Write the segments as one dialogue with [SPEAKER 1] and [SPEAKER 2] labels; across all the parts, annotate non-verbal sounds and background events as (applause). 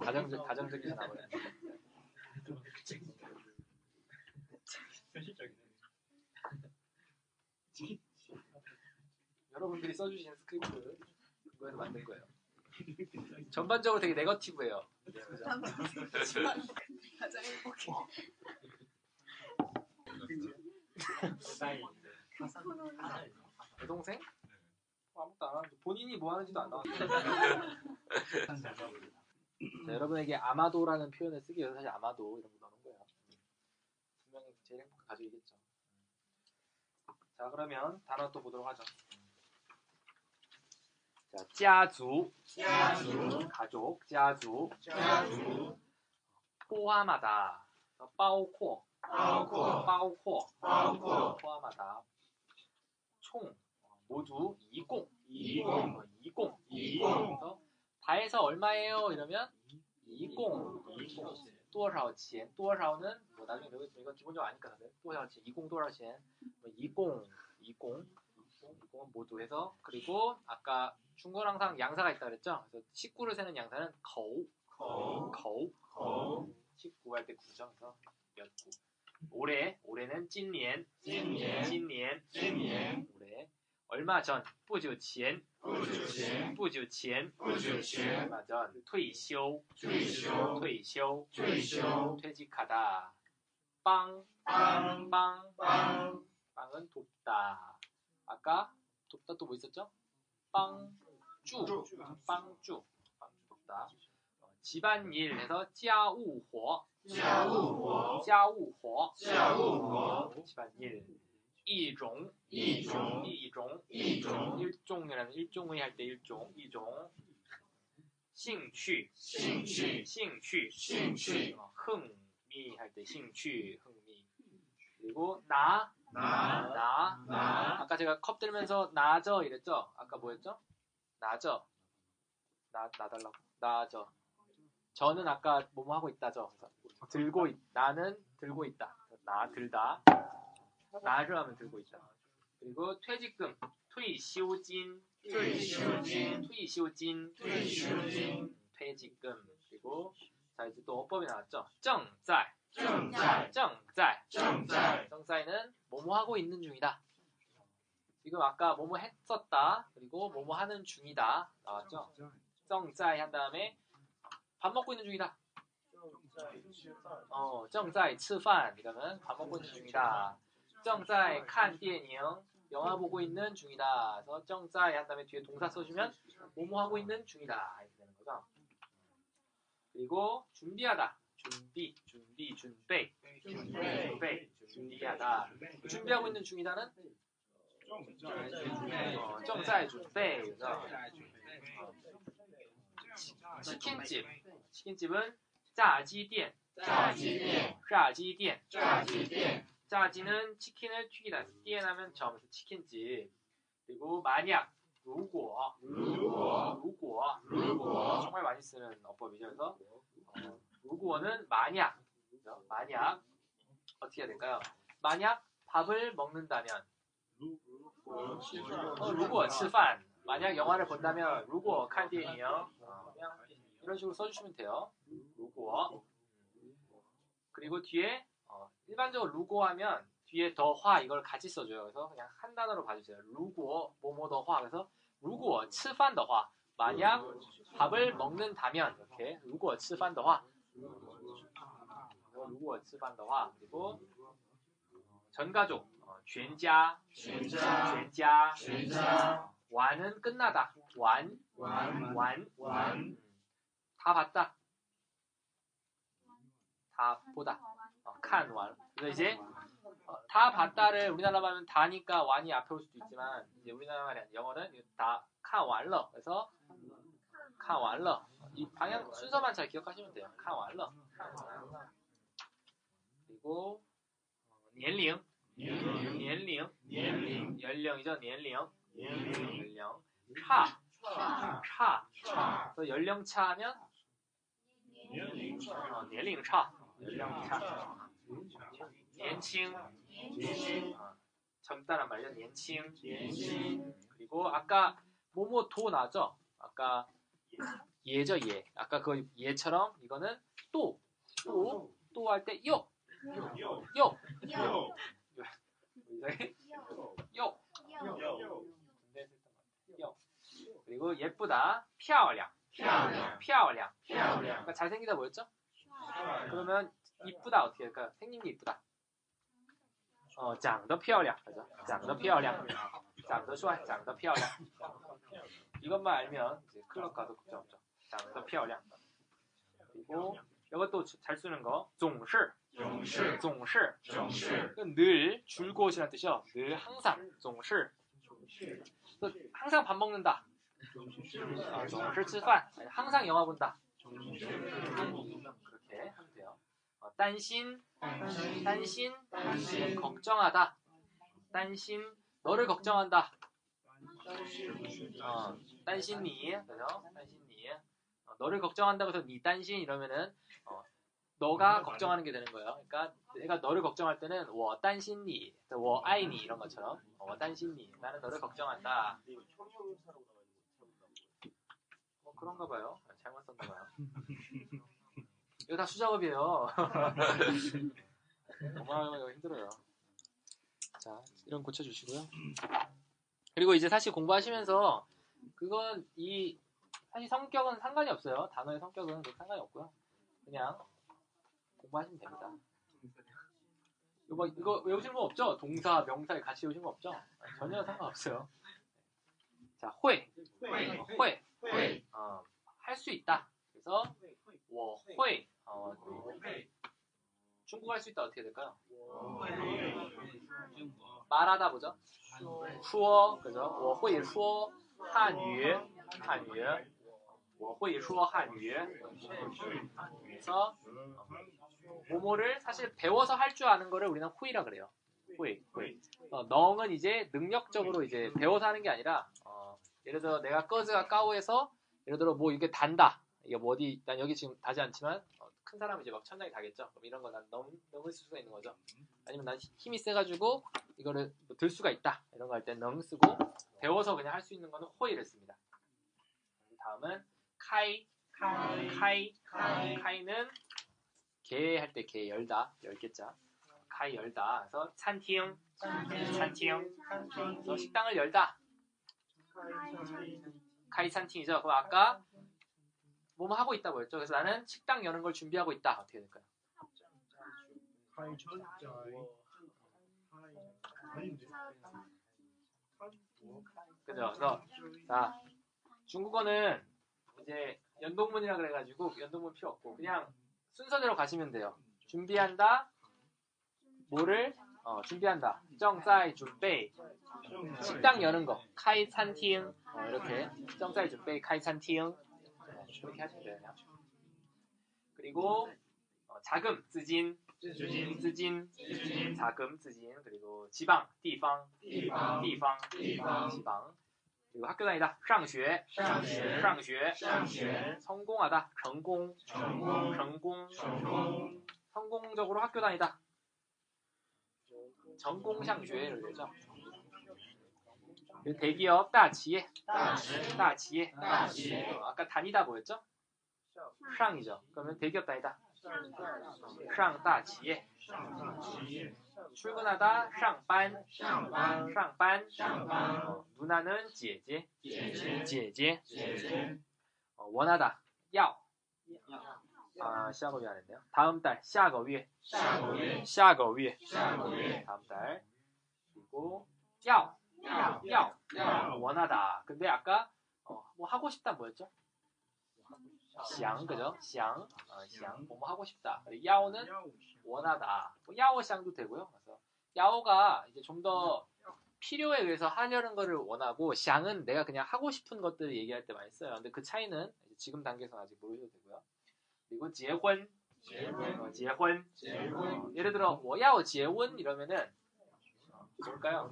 [SPEAKER 1] 가정적 가정적인 나머지 (laughs) 여러분들이 써주신 스크립트 그거에서 만든 거예요. 전반적으로 되게 네거티브예요.
[SPEAKER 2] 가장 행복해.
[SPEAKER 1] (laughs) 내 동생 뭐 아무것도 안 하는데 본인이 뭐 하는지도 안 나왔어요. 자, 여러분에게 아마도라는 표현을 쓰기 위해서 사실 아마도 이런 거 넣는 거예요. 분명히 제일 행복한 가족이겠죠. 자 그러면 단어 또 보도록 하죠. 자, 가족, 가족, 가족, 포함하다, 어, 빠오코, 빠오코, 어, 포함하다, 총 어, 모두 이공 어, 이공 이공 이공 다 해서 얼마예요? 이러면 이공 이공 또라오치엔 또라오는 뭐 나중에 배우겠지만 이건 기본적으로 아니까 다들 또라오치 이공 또라오치엔 뭐 이공 이공 이공은 모두 해서 그리고 아까 중국은 항상 양사가 있다 그랬죠? 그래서 19를 세는 양사는 거우 거우 거우 19 할 때 구죠 그래서 몇 구. 올해 올해는 찐리엔 찐리엔 찐리엔 올해 얼마 전 뿌주치엔 뿌주치엔 얼마 전 퇴쇼 퇴쇼 퇴쇼 퇴직하다 빵빵빵 빵은 돕다 아까 돕다 또 뭐 있었죠 빵쭈 빵쭈 빵쭈 돕다 어, 집안일 해서 짜우호 짜우호 짜우호 집안일 일종 일종 일종 일종 일종이라는 일종의 할 때 일종 일종 싱취 싱취 싱취 싱취 흥미 할 때 싱취 흥미 그리고 나 나, 나, 아까 제가 컵 들면서 나저 이랬죠? 아까 뭐였죠? 나저. 나, 나 달라고. 나저. 저는 아까 뭐뭐 하고 있다죠. 그래서 들고 있, 나는 들고 있다. 나 들다. 나를 하면 들고 있다. 그리고 퇴직금, 퇴시오진, 퇴시오진, 퇴시오진, 퇴시오진, 퇴직금. 그리고 자 이제 또 어법이 나왔죠. 정짤, 정짤, 정짤, 정짤. 정짤은 뭐뭐 하고 있는 중이다. 지금 아까 뭐뭐 했었다. 그리고 뭐뭐 하는 중이다 나왔죠. 정짤 한 다음에 밥 먹고 있는 중이다. 어, 정짤 吃饭 이러면 밥 먹고 있는 중이다. 정사이 칸 디에니영 영화 보고 있는 중이다. 그래서 정사이 한 다음에 뒤에 동사 써주면 뭐뭐 하고 있는 중이다 이렇게 되는 거죠. 그리고 준비하다 준비 준비 준비 준비 준비하다 준비하고 있는 중이다는 어, 정사이 준비 그래서 치킨집 치킨집은 짜지店짜지店짜지店짜지는 치킨을 튀기다. 띠에나면 점에서 치킨집. 그리고 만약, 如果,如果,如果,如果 정말 많이 쓰는 어법이죠. 그래서 어, 如果는 만약, 그죠? 만약 어떻게 해야 될까요? 만약 밥을 먹는다면, 어, 如果吃饭, 만약 영화를 본다면, 如果看电影, 어, 그냥 이런 식으로 써주시면 돼요. 如果 그리고 뒤에 어, 일반적으로 루고 하면 뒤에 더화 이걸 같이 써줘요. 그래서 그냥 한 단어로 봐주세요. 루고 뭐뭐 더화 그래서 루고 吃饭 더화 만약 밥을 먹는다면 이렇게 루고 吃饭 더화 루고 吃饭 더화 그리고 전가족 어, 全家全家全家 완은 끝나다 완 완, 완. 음, 다 봤다 다 보다 어, 칸 완. 그래서 이제 어, 다 봤다를 우리나라 말은 다니까 완이 앞에 올 수도 있지만 이제 우리나라 말이 아니라 영어는 다 칸 완러. 그래서 看完了. 이 방향 순서만 잘 기억하시면 돼요. 看完了. 그리고 어, 年龄.年龄.年龄. 연령이죠. 年龄. 연령. 차. 차. 차. 그래서 연령차 하면 어, 年龄差. 연령차. 年轻. 어, 젊다란 말이죠. 年轻. 그리고 아까 뭐뭐 도 나죠. 아까 예죠 예. 아까 그 예처럼 이거는 또 또 할 때 요. 요. 이상해? 요. 요. 그리고 예쁘다. 漂亮.漂亮. 그러니까 잘생기다 뭐였죠? 그러면 이쁘다 어떻게 할까요? 생긴 게 이쁘다. 어, 长得漂亮. 그죠? 长得漂亮.长得帅,长得漂亮. 이것만 알면 이제 클럽 가도 걱정 없죠. 장더 피어량. 그리고 이것도 주- 잘 쓰는 거. 종실. 종실. 종실. 이건 늘 줄곧이란 뜻이요. 늘 항상. 종실. 또 항상 밥 먹는다. 아, 종실 吃饭. 아니, 항상 영화 본다. 그렇게 하면 돼요. 어, 딴신. 딴신. 걱정하다. 딴신. 너를 걱정한다. 어, 딴신니, 그죠? 딴신니. 어, 너를 걱정한다고 해서 니 딴신 이러면은 어, 너가 걱정하는 게 되는 거예요. 그러니까 내가 너를 걱정할 때는 워 딴신니, 워 아이니 이런 것처럼 어, 워 딴신니, 나는 너를 걱정한다. 뭐 그런가 봐요. 잘못 썼나 봐요. 이거 다 수작업이에요. 어마어마하게 힘들어요. 자, 이런 거 고쳐주시고요. 그리고 이제 사실 공부하시면서 그건 이 사실 성격은 상관이 없어요. 단어의 성격은 그렇게 상관이 없고요. 그냥 공부하시면 됩니다. 이거 이거 외우시는 거 없죠? 동사, 명사에 같이 외우시는 거 없죠? 전혀 상관없어요. 자, 회, 회, 어, 할수 있다. 그래서 我会, 어, 중국어 할 수 있다 어떻게 될까요? 말하다 보죠. 说, 그죠? 我会说 한유, 한유. 我会说 한유. 그래서 뭐뭐를 사실 배워서 할 줄 아는 거를 우리는 후이라 그래요. 후이, 후이. 어, 넝은 이제 능력적으로 이제 배워서 하는 게 아니라 어, 예를 들어 내가 꺼즈가 까오에서 예를 들어 뭐 이게 단다. 이게 뭐 어디 난 여기 지금 다지 않지만 어, 큰 사람이 이제 막 천장에 다겠죠. 그럼 이런 거난 넘을 수가 있는 거죠. 아니면 난 힘이 세가지고 이거를 뭐들 수가 있다 이런 거 할 때 능 쓰고 배워서 그냥 할 수 있는 거는 호이를 씁니다. 다음은 카이 카이 카이 는 개 할 때 개 열다 열 개자 카이 열다 그래서 찬팅 찬팅 그래서 식당을 열다 카이 찬팅이죠. 그럼 아까 뭐뭐 하고 있다 뭐였죠? 그래서 나는 식당 여는 걸 준비하고 있다 어떻게 될까요? 그죠? 그래서 자 중국어는 이제 연동문이라 그래가지고 연동문 필요 없고 그냥 순서대로 가시면 돼요. 준비한다, 뭐를 어, 준비한다. 정사이 준비, 식당 여는 거, 카이 찬팅 어, 이렇게 정사이 준비, 카이 찬팅 어, 이렇게 하시면 돼요. 그냥. 그리고 어, 자금, 쓰진, 쓰진, 자금, 쓰진 그리고 지방, 디방, 디방, 디방, 지방. 그리고 학교 다니다, 上学,上学, 성공하다, 成功, 성공, 성공적으로 학교 다니다. 전공上学 이렇게 되죠. 그리고 대기업, 大企业,大企业, 어, 아까 다니다 뭐였죠? 上이죠. 그러면 대기업 다니다. 上大企业. 출근하다 上班上班上班 어, 누나는 姐姐姐姐 어, 원하다 要 아, 下个月 안 했네요. 다음 달 下个月下个月 다음 달 그리고 要要 원하다. 근데 아까 어, 뭐 하고 싶다 뭐였죠? 想 그죠? 想 어, 想 뭐뭐 하고 싶다. 要는 원하다. 뭐 야오샹도 되고요. 그래서 야오가 이제 좀 더 필요에 의해서 하려는 거를 원하고 샹은 내가 그냥 하고 싶은 것들을 얘기할 때 많이 써요. 근데 그 차이는 이제 지금 단계에서 아직 모르셔도 되고요. 그리고 结婚,
[SPEAKER 2] 结婚,
[SPEAKER 1] 어, 结婚.
[SPEAKER 2] 结婚,
[SPEAKER 1] 어, 예를 들어 我要结婚 이러면은 뭘까요?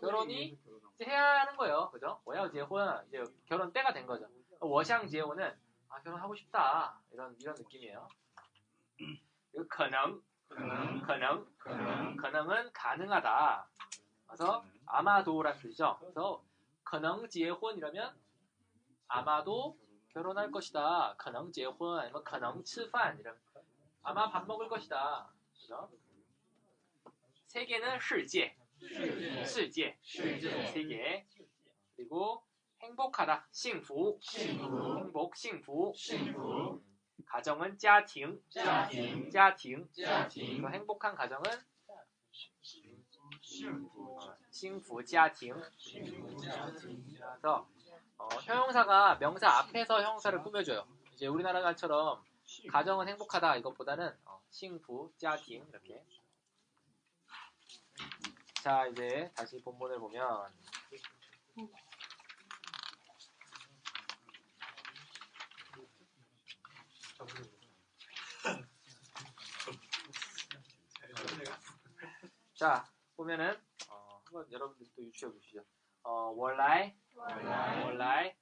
[SPEAKER 1] 결혼이 이제 해야 하는 거예요. 그죠? 我要结婚 이제 결혼 때가 된 거죠. 我想结婚은 아, 결혼하고 싶다. 이런 이런 느낌이에요. 그리고 可能,
[SPEAKER 2] 可能,
[SPEAKER 1] 可能,
[SPEAKER 2] 可能,
[SPEAKER 1] 가능은 가능하다. 그래서 아마도란 뜻이죠. 그래서 可能结婚 이러면 아마도 결혼할 것이다. 可能结婚 아니면 可能吃饭 이러면 아마 밥 먹을 것이다. 그죠? 세 개는 世界,世界,
[SPEAKER 2] 世界,
[SPEAKER 1] 세 개. 그리고 행복하다, 幸福,
[SPEAKER 2] 幸福,
[SPEAKER 1] 행복, 幸福.
[SPEAKER 2] 幸福,
[SPEAKER 1] 가정은 家庭,
[SPEAKER 2] 家庭,
[SPEAKER 1] 家庭.
[SPEAKER 2] 家庭,
[SPEAKER 1] 그 행복한 가정은
[SPEAKER 2] 幸福,
[SPEAKER 1] 幸福家庭.
[SPEAKER 2] 幸福家庭,
[SPEAKER 1] 그래서 어, 형용사가 명사 앞에서 형용사를 꾸며줘요. 이제 우리나라처럼 가정은 행복하다 이것보다는 어, 싱부, 짜딩 이렇게. 자 이제 다시 본문을 보면 자 보면은 어, 한번 여러분들도 유추해 보시죠. 어, 원라이, 원라이,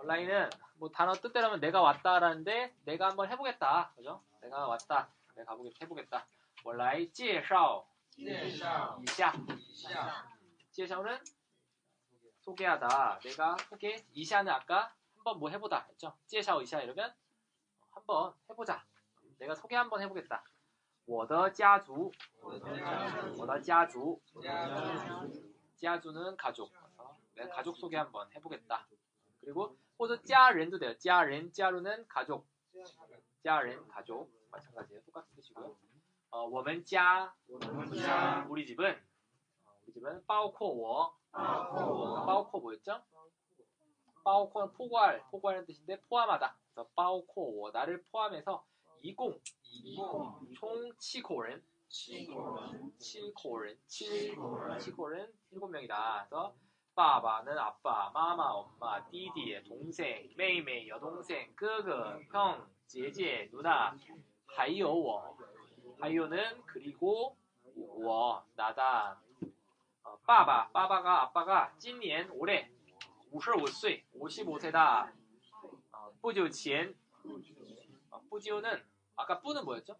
[SPEAKER 1] 온라인은 뭐 단어 뜻대로면 내가 왔다라는데 내가 한번 해보겠다 그죠? 내가 왔다 내가 가보겠 해보겠다 원라이 介绍
[SPEAKER 2] 介绍,
[SPEAKER 1] 이샤
[SPEAKER 2] 一下,
[SPEAKER 1] 介绍는 소개하다 내가 소개 이샤는 아까 한번 뭐 해보다 했죠? 介绍 이샤 이러면 한번 해보자 내가 소개 한번 해보겠다 我的家族我的家族 家族는 가족 그래서 내 가족 소개 한번 해보겠다 그리고 호주 짜렌도 돼요 짜렌 짜루는 가족 家人 가족 마찬가지예요. 똑같은 뜻이고요. 어, 我们家 우리 집은 어, 우리 집은 包括我包括 뭐였죠? 包括는 포괄 포괄하는 뜻인데 포함하다. 그래서 包括我 나를 포함해서 20 총 7人7人7人 7명이다. 그래서 爸爸는 아빠, 마마 엄마, 弟弟 동생, 妹妹 여동생, 哥哥, 형, 姐姐, 누나, 还有我, 还有는 그리고 我 나다. 어, 爸爸, 爸爸가 아빠가 今年 올해 55岁, 55세다. 어, 不久前, 어, 不久는 아까 뿌는 뭐였죠?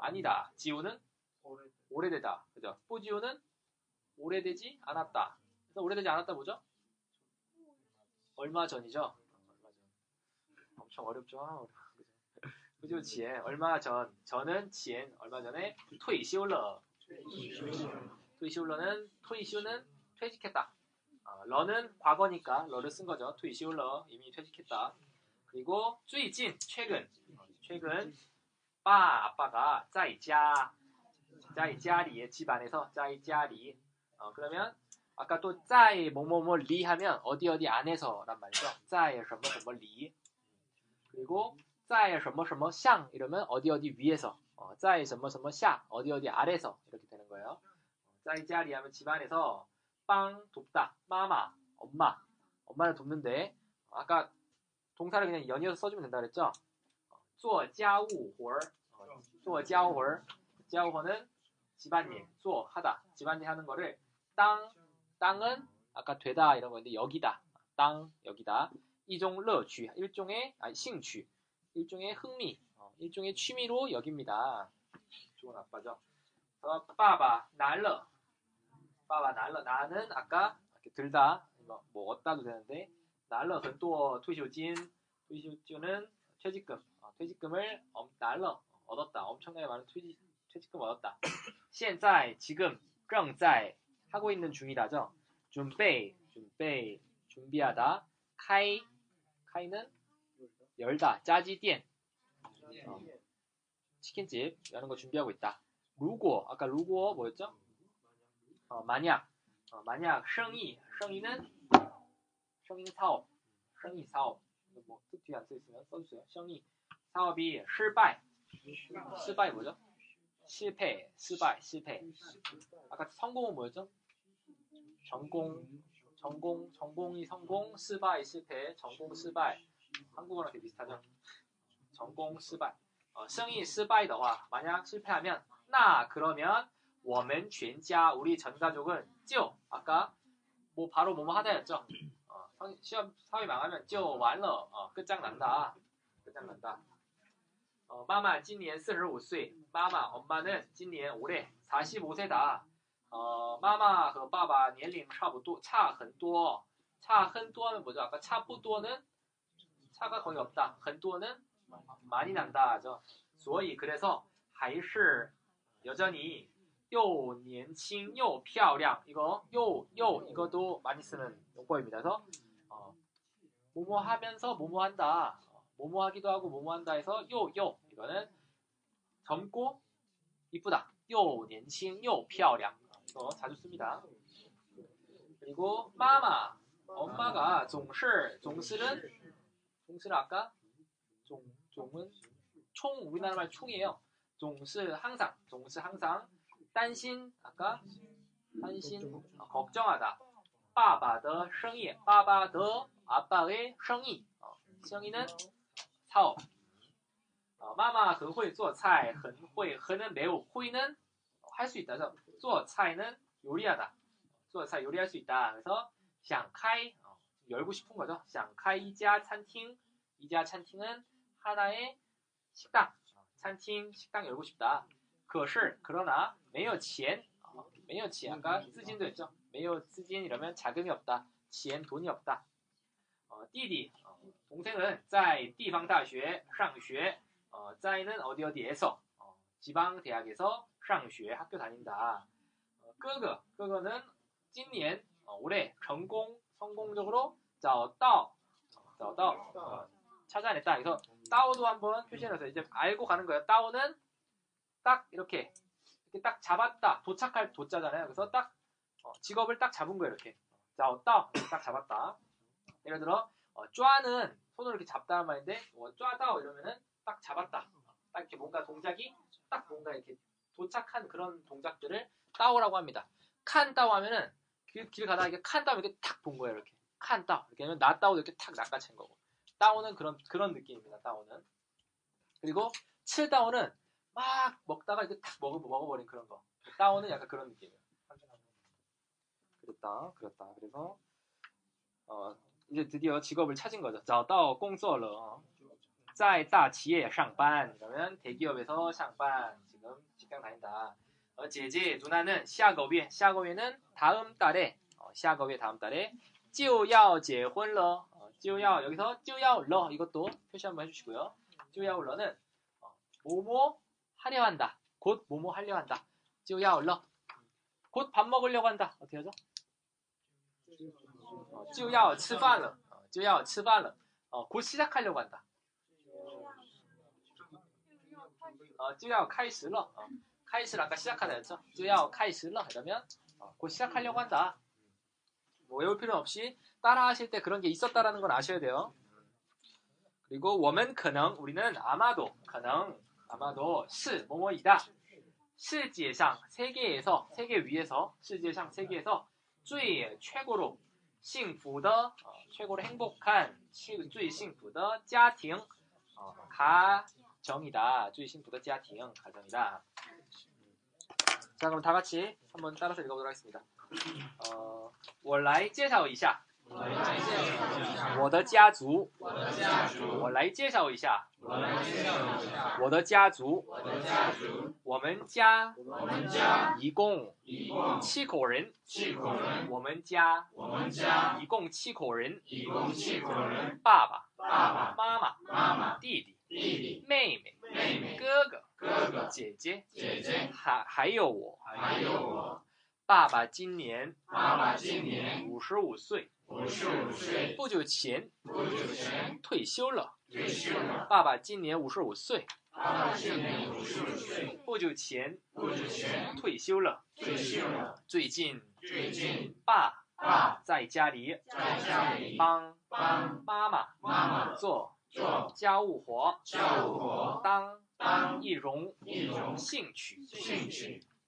[SPEAKER 1] 아니다. 지우는 오래되다. 그죠? 뿌지우는 오래되지 않았다. 그래서 오래되지 않았다 뭐죠? 얼마 전이죠? 얼마 전. 엄청 어렵죠? 아, 어려워. 그죠? 그죠? 지엔. 얼마 전. 저는 지엔. 얼마 전에 퇴이시올러. 퇴이시올러는, 퇴이시오는 퇴직했다. 어, 러는 과거니까 러를 쓴 거죠. 퇴이시올러. 이미 퇴직했다. 그리고, 最近, 최근. 최근, 빠, 아빠가, 在家.在家里, 예, 집안에서, 在家里. 어, 그러면, 아까 또 짜이 뭐뭐뭐 리 하면 어디 어디 안에서란 말이죠. 짜이 什么什么 리. 그리고 짜이 뭐什么什么像 이러면 어디 어디 위에서. 어, 짜이 什么什么下 어디 어디 아래서 이렇게 되는 거예요. 짜이 짜리 하면 집안에서 빵 돕다. 마마 엄마. 엄마를 돕는데 아까 동사를 그냥 연이어서 써주면 된다 그랬죠. 어, 做家务活儿,做家务活儿,家务活는 집안일, 做 하다, 집안일 하는 거를 땅 땅은 아까 되다 이런 건데 여기다 땅 여기다 이종 러취 일종의 아니 싱취 일종의 흥미 어, 일종의 취미로 여깁니다 좋은 아빠죠 어, 빠바 날러 빠바 날러 나는 아까 이렇게 들다 뭐, 뭐 얻다도 되는데 날러 근또 퇴쇼진 퇴쇼진은 퇴직금 어, 퇴직금을 엄, 날러 얻었다 엄청나게 많은 퇴직, 퇴직금 얻었다 (coughs) 现在 지금 正在 하고 있는 중이다죠. 준비, 준비, 준비하다. 카이, 카이는 열다. 짜지店, 어, 치킨집 여는 거 준비하고 있다. 루고, 아까 루고 뭐였죠? 어, 만약, 어, 만약 생이, 생이는 생이는 사업, 생이 사업. 이거 뭐 뒤에 안 써있으면 써주세요. 생이 사업이 실패, 실패 뭐죠? 실패, 실패, 실패. 아까 성공은 뭐였죠? 전공, 전공, 전공이 성공, 스바이 실패, 전공 스바이, 한국어랑 되게 비슷하죠. 전공 失败. 어, 승인 失败的话, 만약 실패하면 나 그러면 我们全家 우리 전 가족은 就 아까 뭐 바로 뭐뭐 하다였죠. 어, 성- 시험 사회 망하면 就完了. 어, 끝장난다. 끝장난다. 어, 마마 今年45岁. 마마 엄마는 今年 올해 45세다. 어, 마마 和 바바 年龄差不多,差很多. 差很多는 뭐죠? 아까 差不多는 차가 거의 없다. 很多는 많이 난다 하죠. 所以 그래서 还是 여전히 又年轻又漂亮 이거 又又 이것도 많이 쓰는 용법입니다. 그래서 어, 뭐뭐 하면서 뭐뭐 한다. 어, 뭐뭐 하기도 하고 뭐뭐 한다 해서 又又 이거는 젊고 이쁘다. 又年轻又漂亮 이거 자주 씁니다. 그리고 마마 엄마가 总是 总是는 종스는 아까 종 종은 총 우리나라 말 총이에요. 종스 항상 종스 항상 단신 아까 단신 어, 걱정하다. 빠바더 생이 빠바더 아빠의 생이 어, 생이는 사업. 어, 마마 很会做菜,很会,很은 매우, 会는 할 수 있다. 그래서 做菜는 요리하다. 做菜 요리할 수 있다. 그래서 想开 어, 열고 싶은 거죠. 想开一家餐厅. 이자 찬팅은 하나의 식당, 찬팅 식당 열고 싶다. 可是 그러나 没有钱,没有钱 아까 쓰진도 했죠. 没有资金 이러면 자금이 없다. 钱 돈이 없다. 어, 弟弟 어, 동생은 在地方大学上学, 어, 在는 어디 어디에서 어, 지방 대학에서 上学 학교 다닌다. 어, 哥哥 哥哥는 今年 어, 올해 전공 성공적으로 找到找到 어, 찾아냈다. 그래서 따오도 한번 표시해서 이제 알고 가는 거예요. 따오는 딱 이렇게 이렇게 딱 잡았다. 도착할 도자잖아요. 그래서 딱 어, 직업을 딱 잡은 거예요. 이렇게 자오 따오 딱 잡았다. 예를 들어 어, 는 손으로 이렇게 잡다는 말인데 어, 쫙따오 이러면은 딱 잡았다. 딱 이렇게 뭔가 동작이 딱 뭔가 이렇게 도착한 그런 동작들을 따오라고 합니다. 칸 따오 하면은 길, 길 가다 이렇게 칸 따오 이렇게 탁 본 거예요. 이렇게 칸 따오 이렇게 하면 나 따오도 이렇게 탁 낚아챈 거고. 따오는 그런 그런 느낌입니다. 따오는 그리고 칠 따오는 막 먹다가 이렇게 탁 먹어 먹어버린 그런 거. 따오는 약간 그런 느낌이에요. 그랬다, 그랬다. 그래서 어 이제 드디어 직업을 찾은 거죠. 找到工作了.在大企业上班 그러면 대기업에서 上班 지금 직장 다닌다. 어, 제제 누나는 下个月 下个月는 다음 달에 어, 下个月 다음 달에 就要结婚了. 어, 就要 여기서 就要了 이것도 표시 한번 해주시고요. 就要了는 어, 뭐뭐 하려 한다. 곧 뭐뭐 하려 한다. 就要了. 곧 밥 먹으려고 한다. 어떻게 하죠? 就要吃饭了.就要吃饭了. 어, 곧 시작하려고 한다. 어, 就要开始了. 어, 开始는 아까 시작하다 했죠? 就要开始了. 그러면 어, 곧 시작하려고 한다. 뭐 외울 필요는 없이 따라 하실 때 그런 게 있었다라는 걸 아셔야 돼요. 그리고 我们可能 우리는 아마도 可能 아마도 是 뭐뭐이다. 世界上 세계에서 세계 위에서 世界上 세계에서 最 최고로 幸福的 어, 최고로 행복한 最幸福的家庭 어, 가정이다. 最幸福的家庭 가정이다. 자 그럼 다 같이 한번 따라서 읽어보도록 하겠습니다. 어, 我来介绍一下我的家族。我来介绍一下我的家族。我们家一共七口人。我们家一共七口人。爸爸妈妈弟弟妹妹哥哥姐姐还还有我。爸爸今年五十五岁。不久前，退休了。爸爸今年五十五岁。不久前，退休了。最近，爸
[SPEAKER 2] 啊
[SPEAKER 1] 在家里帮妈妈做家务活，当一种兴趣。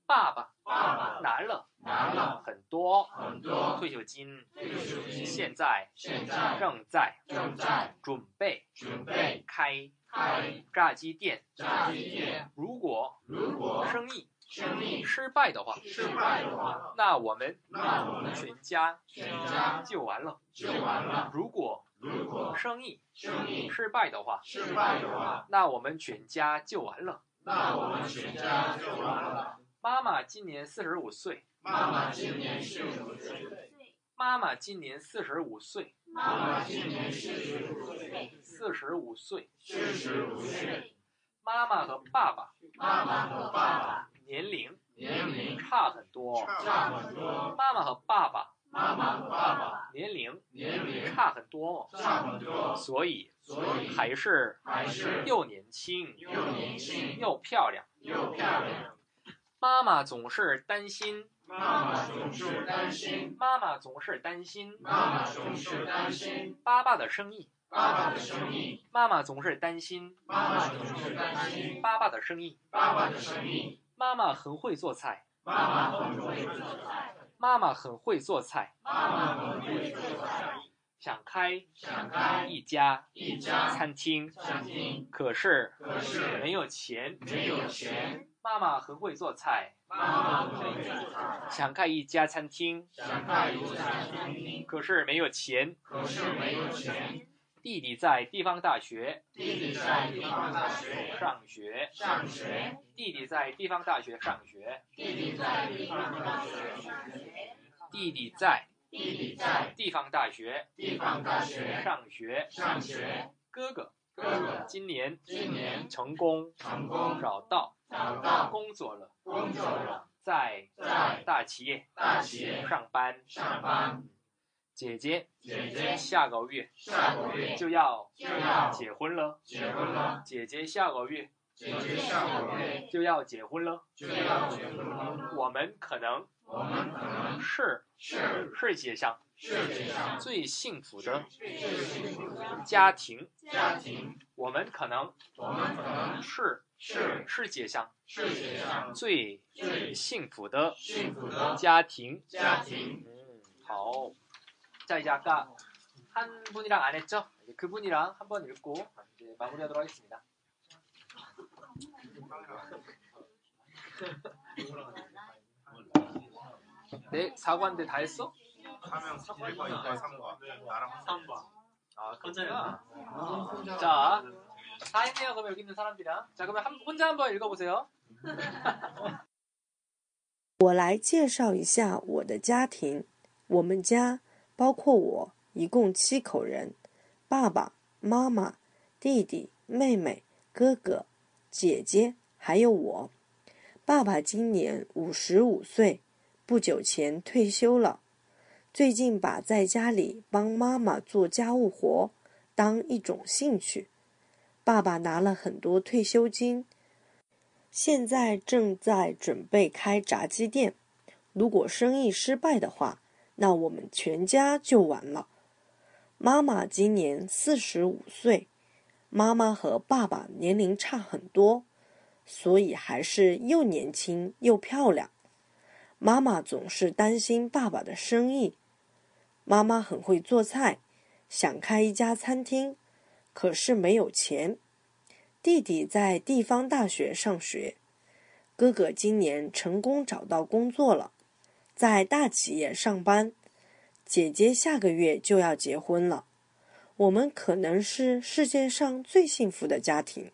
[SPEAKER 1] 爸爸
[SPEAKER 2] 爸爸
[SPEAKER 1] 拿了
[SPEAKER 2] 拿了
[SPEAKER 1] 很多
[SPEAKER 2] 很多
[SPEAKER 1] 退休金，
[SPEAKER 2] 退休金，
[SPEAKER 1] 现在
[SPEAKER 2] 现在
[SPEAKER 1] 正在
[SPEAKER 2] 正在
[SPEAKER 1] 准备
[SPEAKER 2] 准备
[SPEAKER 1] 开
[SPEAKER 2] 开
[SPEAKER 1] 炸鸡店。
[SPEAKER 2] 炸鸡店。
[SPEAKER 1] 如果
[SPEAKER 2] 如果
[SPEAKER 1] 生意
[SPEAKER 2] 生意
[SPEAKER 1] 失败的话，
[SPEAKER 2] 失败的话，
[SPEAKER 1] 那我们
[SPEAKER 2] 那我们
[SPEAKER 1] 全家
[SPEAKER 2] 全家
[SPEAKER 1] 就完了。
[SPEAKER 2] 就完了。
[SPEAKER 1] 如果
[SPEAKER 2] 如果
[SPEAKER 1] 生意
[SPEAKER 2] 生意
[SPEAKER 1] 失败的话，
[SPEAKER 2] 失败的话，
[SPEAKER 1] 那我们全家就完了。
[SPEAKER 2] 那我们全家就完了。
[SPEAKER 1] 妈妈今年四十五岁，
[SPEAKER 2] 妈妈今年是五岁，
[SPEAKER 1] 妈妈今年四十五岁，
[SPEAKER 2] 妈妈今年是五岁，
[SPEAKER 1] 四十五岁。
[SPEAKER 2] 四十五岁。
[SPEAKER 1] 妈妈和爸爸
[SPEAKER 2] 妈妈和爸爸
[SPEAKER 1] 年龄
[SPEAKER 2] 年龄
[SPEAKER 1] 差很多，
[SPEAKER 2] 差很多，
[SPEAKER 1] 妈妈和爸爸
[SPEAKER 2] 妈妈和爸爸
[SPEAKER 1] 年龄
[SPEAKER 2] 年龄
[SPEAKER 1] 差很多，
[SPEAKER 2] 差很多，
[SPEAKER 1] 所以
[SPEAKER 2] 所以
[SPEAKER 1] 还是
[SPEAKER 2] 还是
[SPEAKER 1] 又年轻
[SPEAKER 2] 又年轻
[SPEAKER 1] 又漂亮。
[SPEAKER 2] 又漂亮。
[SPEAKER 1] 妈妈总是担心，
[SPEAKER 2] 妈妈总是担心，
[SPEAKER 1] 妈妈总是担心
[SPEAKER 2] 妈妈总是担心
[SPEAKER 1] 爸爸的生意，
[SPEAKER 2] 爸爸的生意，
[SPEAKER 1] 妈妈总是担心
[SPEAKER 2] 妈妈总是担心
[SPEAKER 1] 爸爸的生意。
[SPEAKER 2] 爸爸的生意。
[SPEAKER 1] 妈妈很会做菜，
[SPEAKER 2] 妈妈很会做
[SPEAKER 1] 妈妈很会做菜，
[SPEAKER 2] 妈妈很会做菜，
[SPEAKER 1] 想开
[SPEAKER 2] 想开
[SPEAKER 1] 一家
[SPEAKER 2] 一家
[SPEAKER 1] 餐厅，
[SPEAKER 2] 餐厅，
[SPEAKER 1] 可是
[SPEAKER 2] 可是
[SPEAKER 1] 没有钱。
[SPEAKER 2] 没有钱。
[SPEAKER 1] 妈妈很会做菜，
[SPEAKER 2] 妈妈很会做菜，
[SPEAKER 1] 想开一家餐厅，
[SPEAKER 2] 想开一家餐厅，
[SPEAKER 1] 可是没有钱。
[SPEAKER 2] 可是没有钱。
[SPEAKER 1] 弟弟在地方大学
[SPEAKER 2] 弟弟在地方大学
[SPEAKER 1] 上学，
[SPEAKER 2] 上学，
[SPEAKER 1] 弟弟在地方大学上学，
[SPEAKER 2] 弟弟在地方大学上学，
[SPEAKER 1] 弟弟在
[SPEAKER 2] 弟弟在
[SPEAKER 1] 地方大学
[SPEAKER 2] 地方大学
[SPEAKER 1] 上学。
[SPEAKER 2] 上学。
[SPEAKER 1] 哥哥
[SPEAKER 2] 哥哥
[SPEAKER 1] 今年
[SPEAKER 2] 今年
[SPEAKER 1] 成功
[SPEAKER 2] 成功
[SPEAKER 1] 找到
[SPEAKER 2] 找到
[SPEAKER 1] 工作了，
[SPEAKER 2] 工作了，
[SPEAKER 1] 在
[SPEAKER 2] 在
[SPEAKER 1] 大企业
[SPEAKER 2] 大学
[SPEAKER 1] 上班。嗯
[SPEAKER 2] 上班。
[SPEAKER 1] 姐姐
[SPEAKER 2] 姐姐
[SPEAKER 1] 下个月
[SPEAKER 2] 下个月
[SPEAKER 1] 就要
[SPEAKER 2] 就要
[SPEAKER 1] 结婚了，
[SPEAKER 2] 结婚了，
[SPEAKER 1] 姐姐下个月
[SPEAKER 2] 姐姐下个月
[SPEAKER 1] 就要结婚了。
[SPEAKER 2] 就要结婚了。
[SPEAKER 1] 我们可能
[SPEAKER 2] 我们可能
[SPEAKER 1] 是
[SPEAKER 2] 是
[SPEAKER 1] 世界上
[SPEAKER 2] 世界上
[SPEAKER 1] 最幸福的
[SPEAKER 2] 最幸福的
[SPEAKER 1] 家庭，
[SPEAKER 2] 家庭，
[SPEAKER 1] 我们可能
[SPEAKER 2] 我们可能
[SPEAKER 1] 是
[SPEAKER 2] 是
[SPEAKER 1] 世界上
[SPEAKER 2] 世界上
[SPEAKER 1] 最
[SPEAKER 2] 最
[SPEAKER 1] 幸福的
[SPEAKER 2] 幸福的
[SPEAKER 1] 家庭。嗯
[SPEAKER 2] 家庭。
[SPEAKER 1] 음, 가오. 자 이제 아까 한 분이랑 안 했죠? 이제 그분이랑 한 번 읽고 이제 마무리하도록 하겠습니다. 네, 사과인데 다 했어?
[SPEAKER 2] 하면 1과 2과 3과 나랑
[SPEAKER 3] 3번.
[SPEAKER 1] 아,
[SPEAKER 3] 혼자요?
[SPEAKER 1] 자, 다 했네요. 그럼 여기 있는 사람들이랑. 자, 그러면 한- 혼자 한번 읽어보세요.
[SPEAKER 4] 我来介绍一下我的家庭。我们家包括我，一共七口人：爸爸妈妈、弟弟、妹妹、哥哥、姐姐，还有我。爸爸今年五十五岁，不久前退休了。最近把在家里帮妈妈做家务活当一种兴趣。爸爸拿了很多退休金，现在正在准备开炸鸡店，如果生意失败的话，那我们全家就完了。妈妈今年四十五岁，妈妈和爸爸年龄差很多，所以还是又年轻又漂亮。妈妈总是担心爸爸的生意。妈妈很会做菜，想开一家餐厅，可是没有钱。弟弟在地方大学上学，哥哥今年成功找到工作了，在大企业上班。姐姐下个月就要结婚了，我们可能是世界上最幸福的家庭。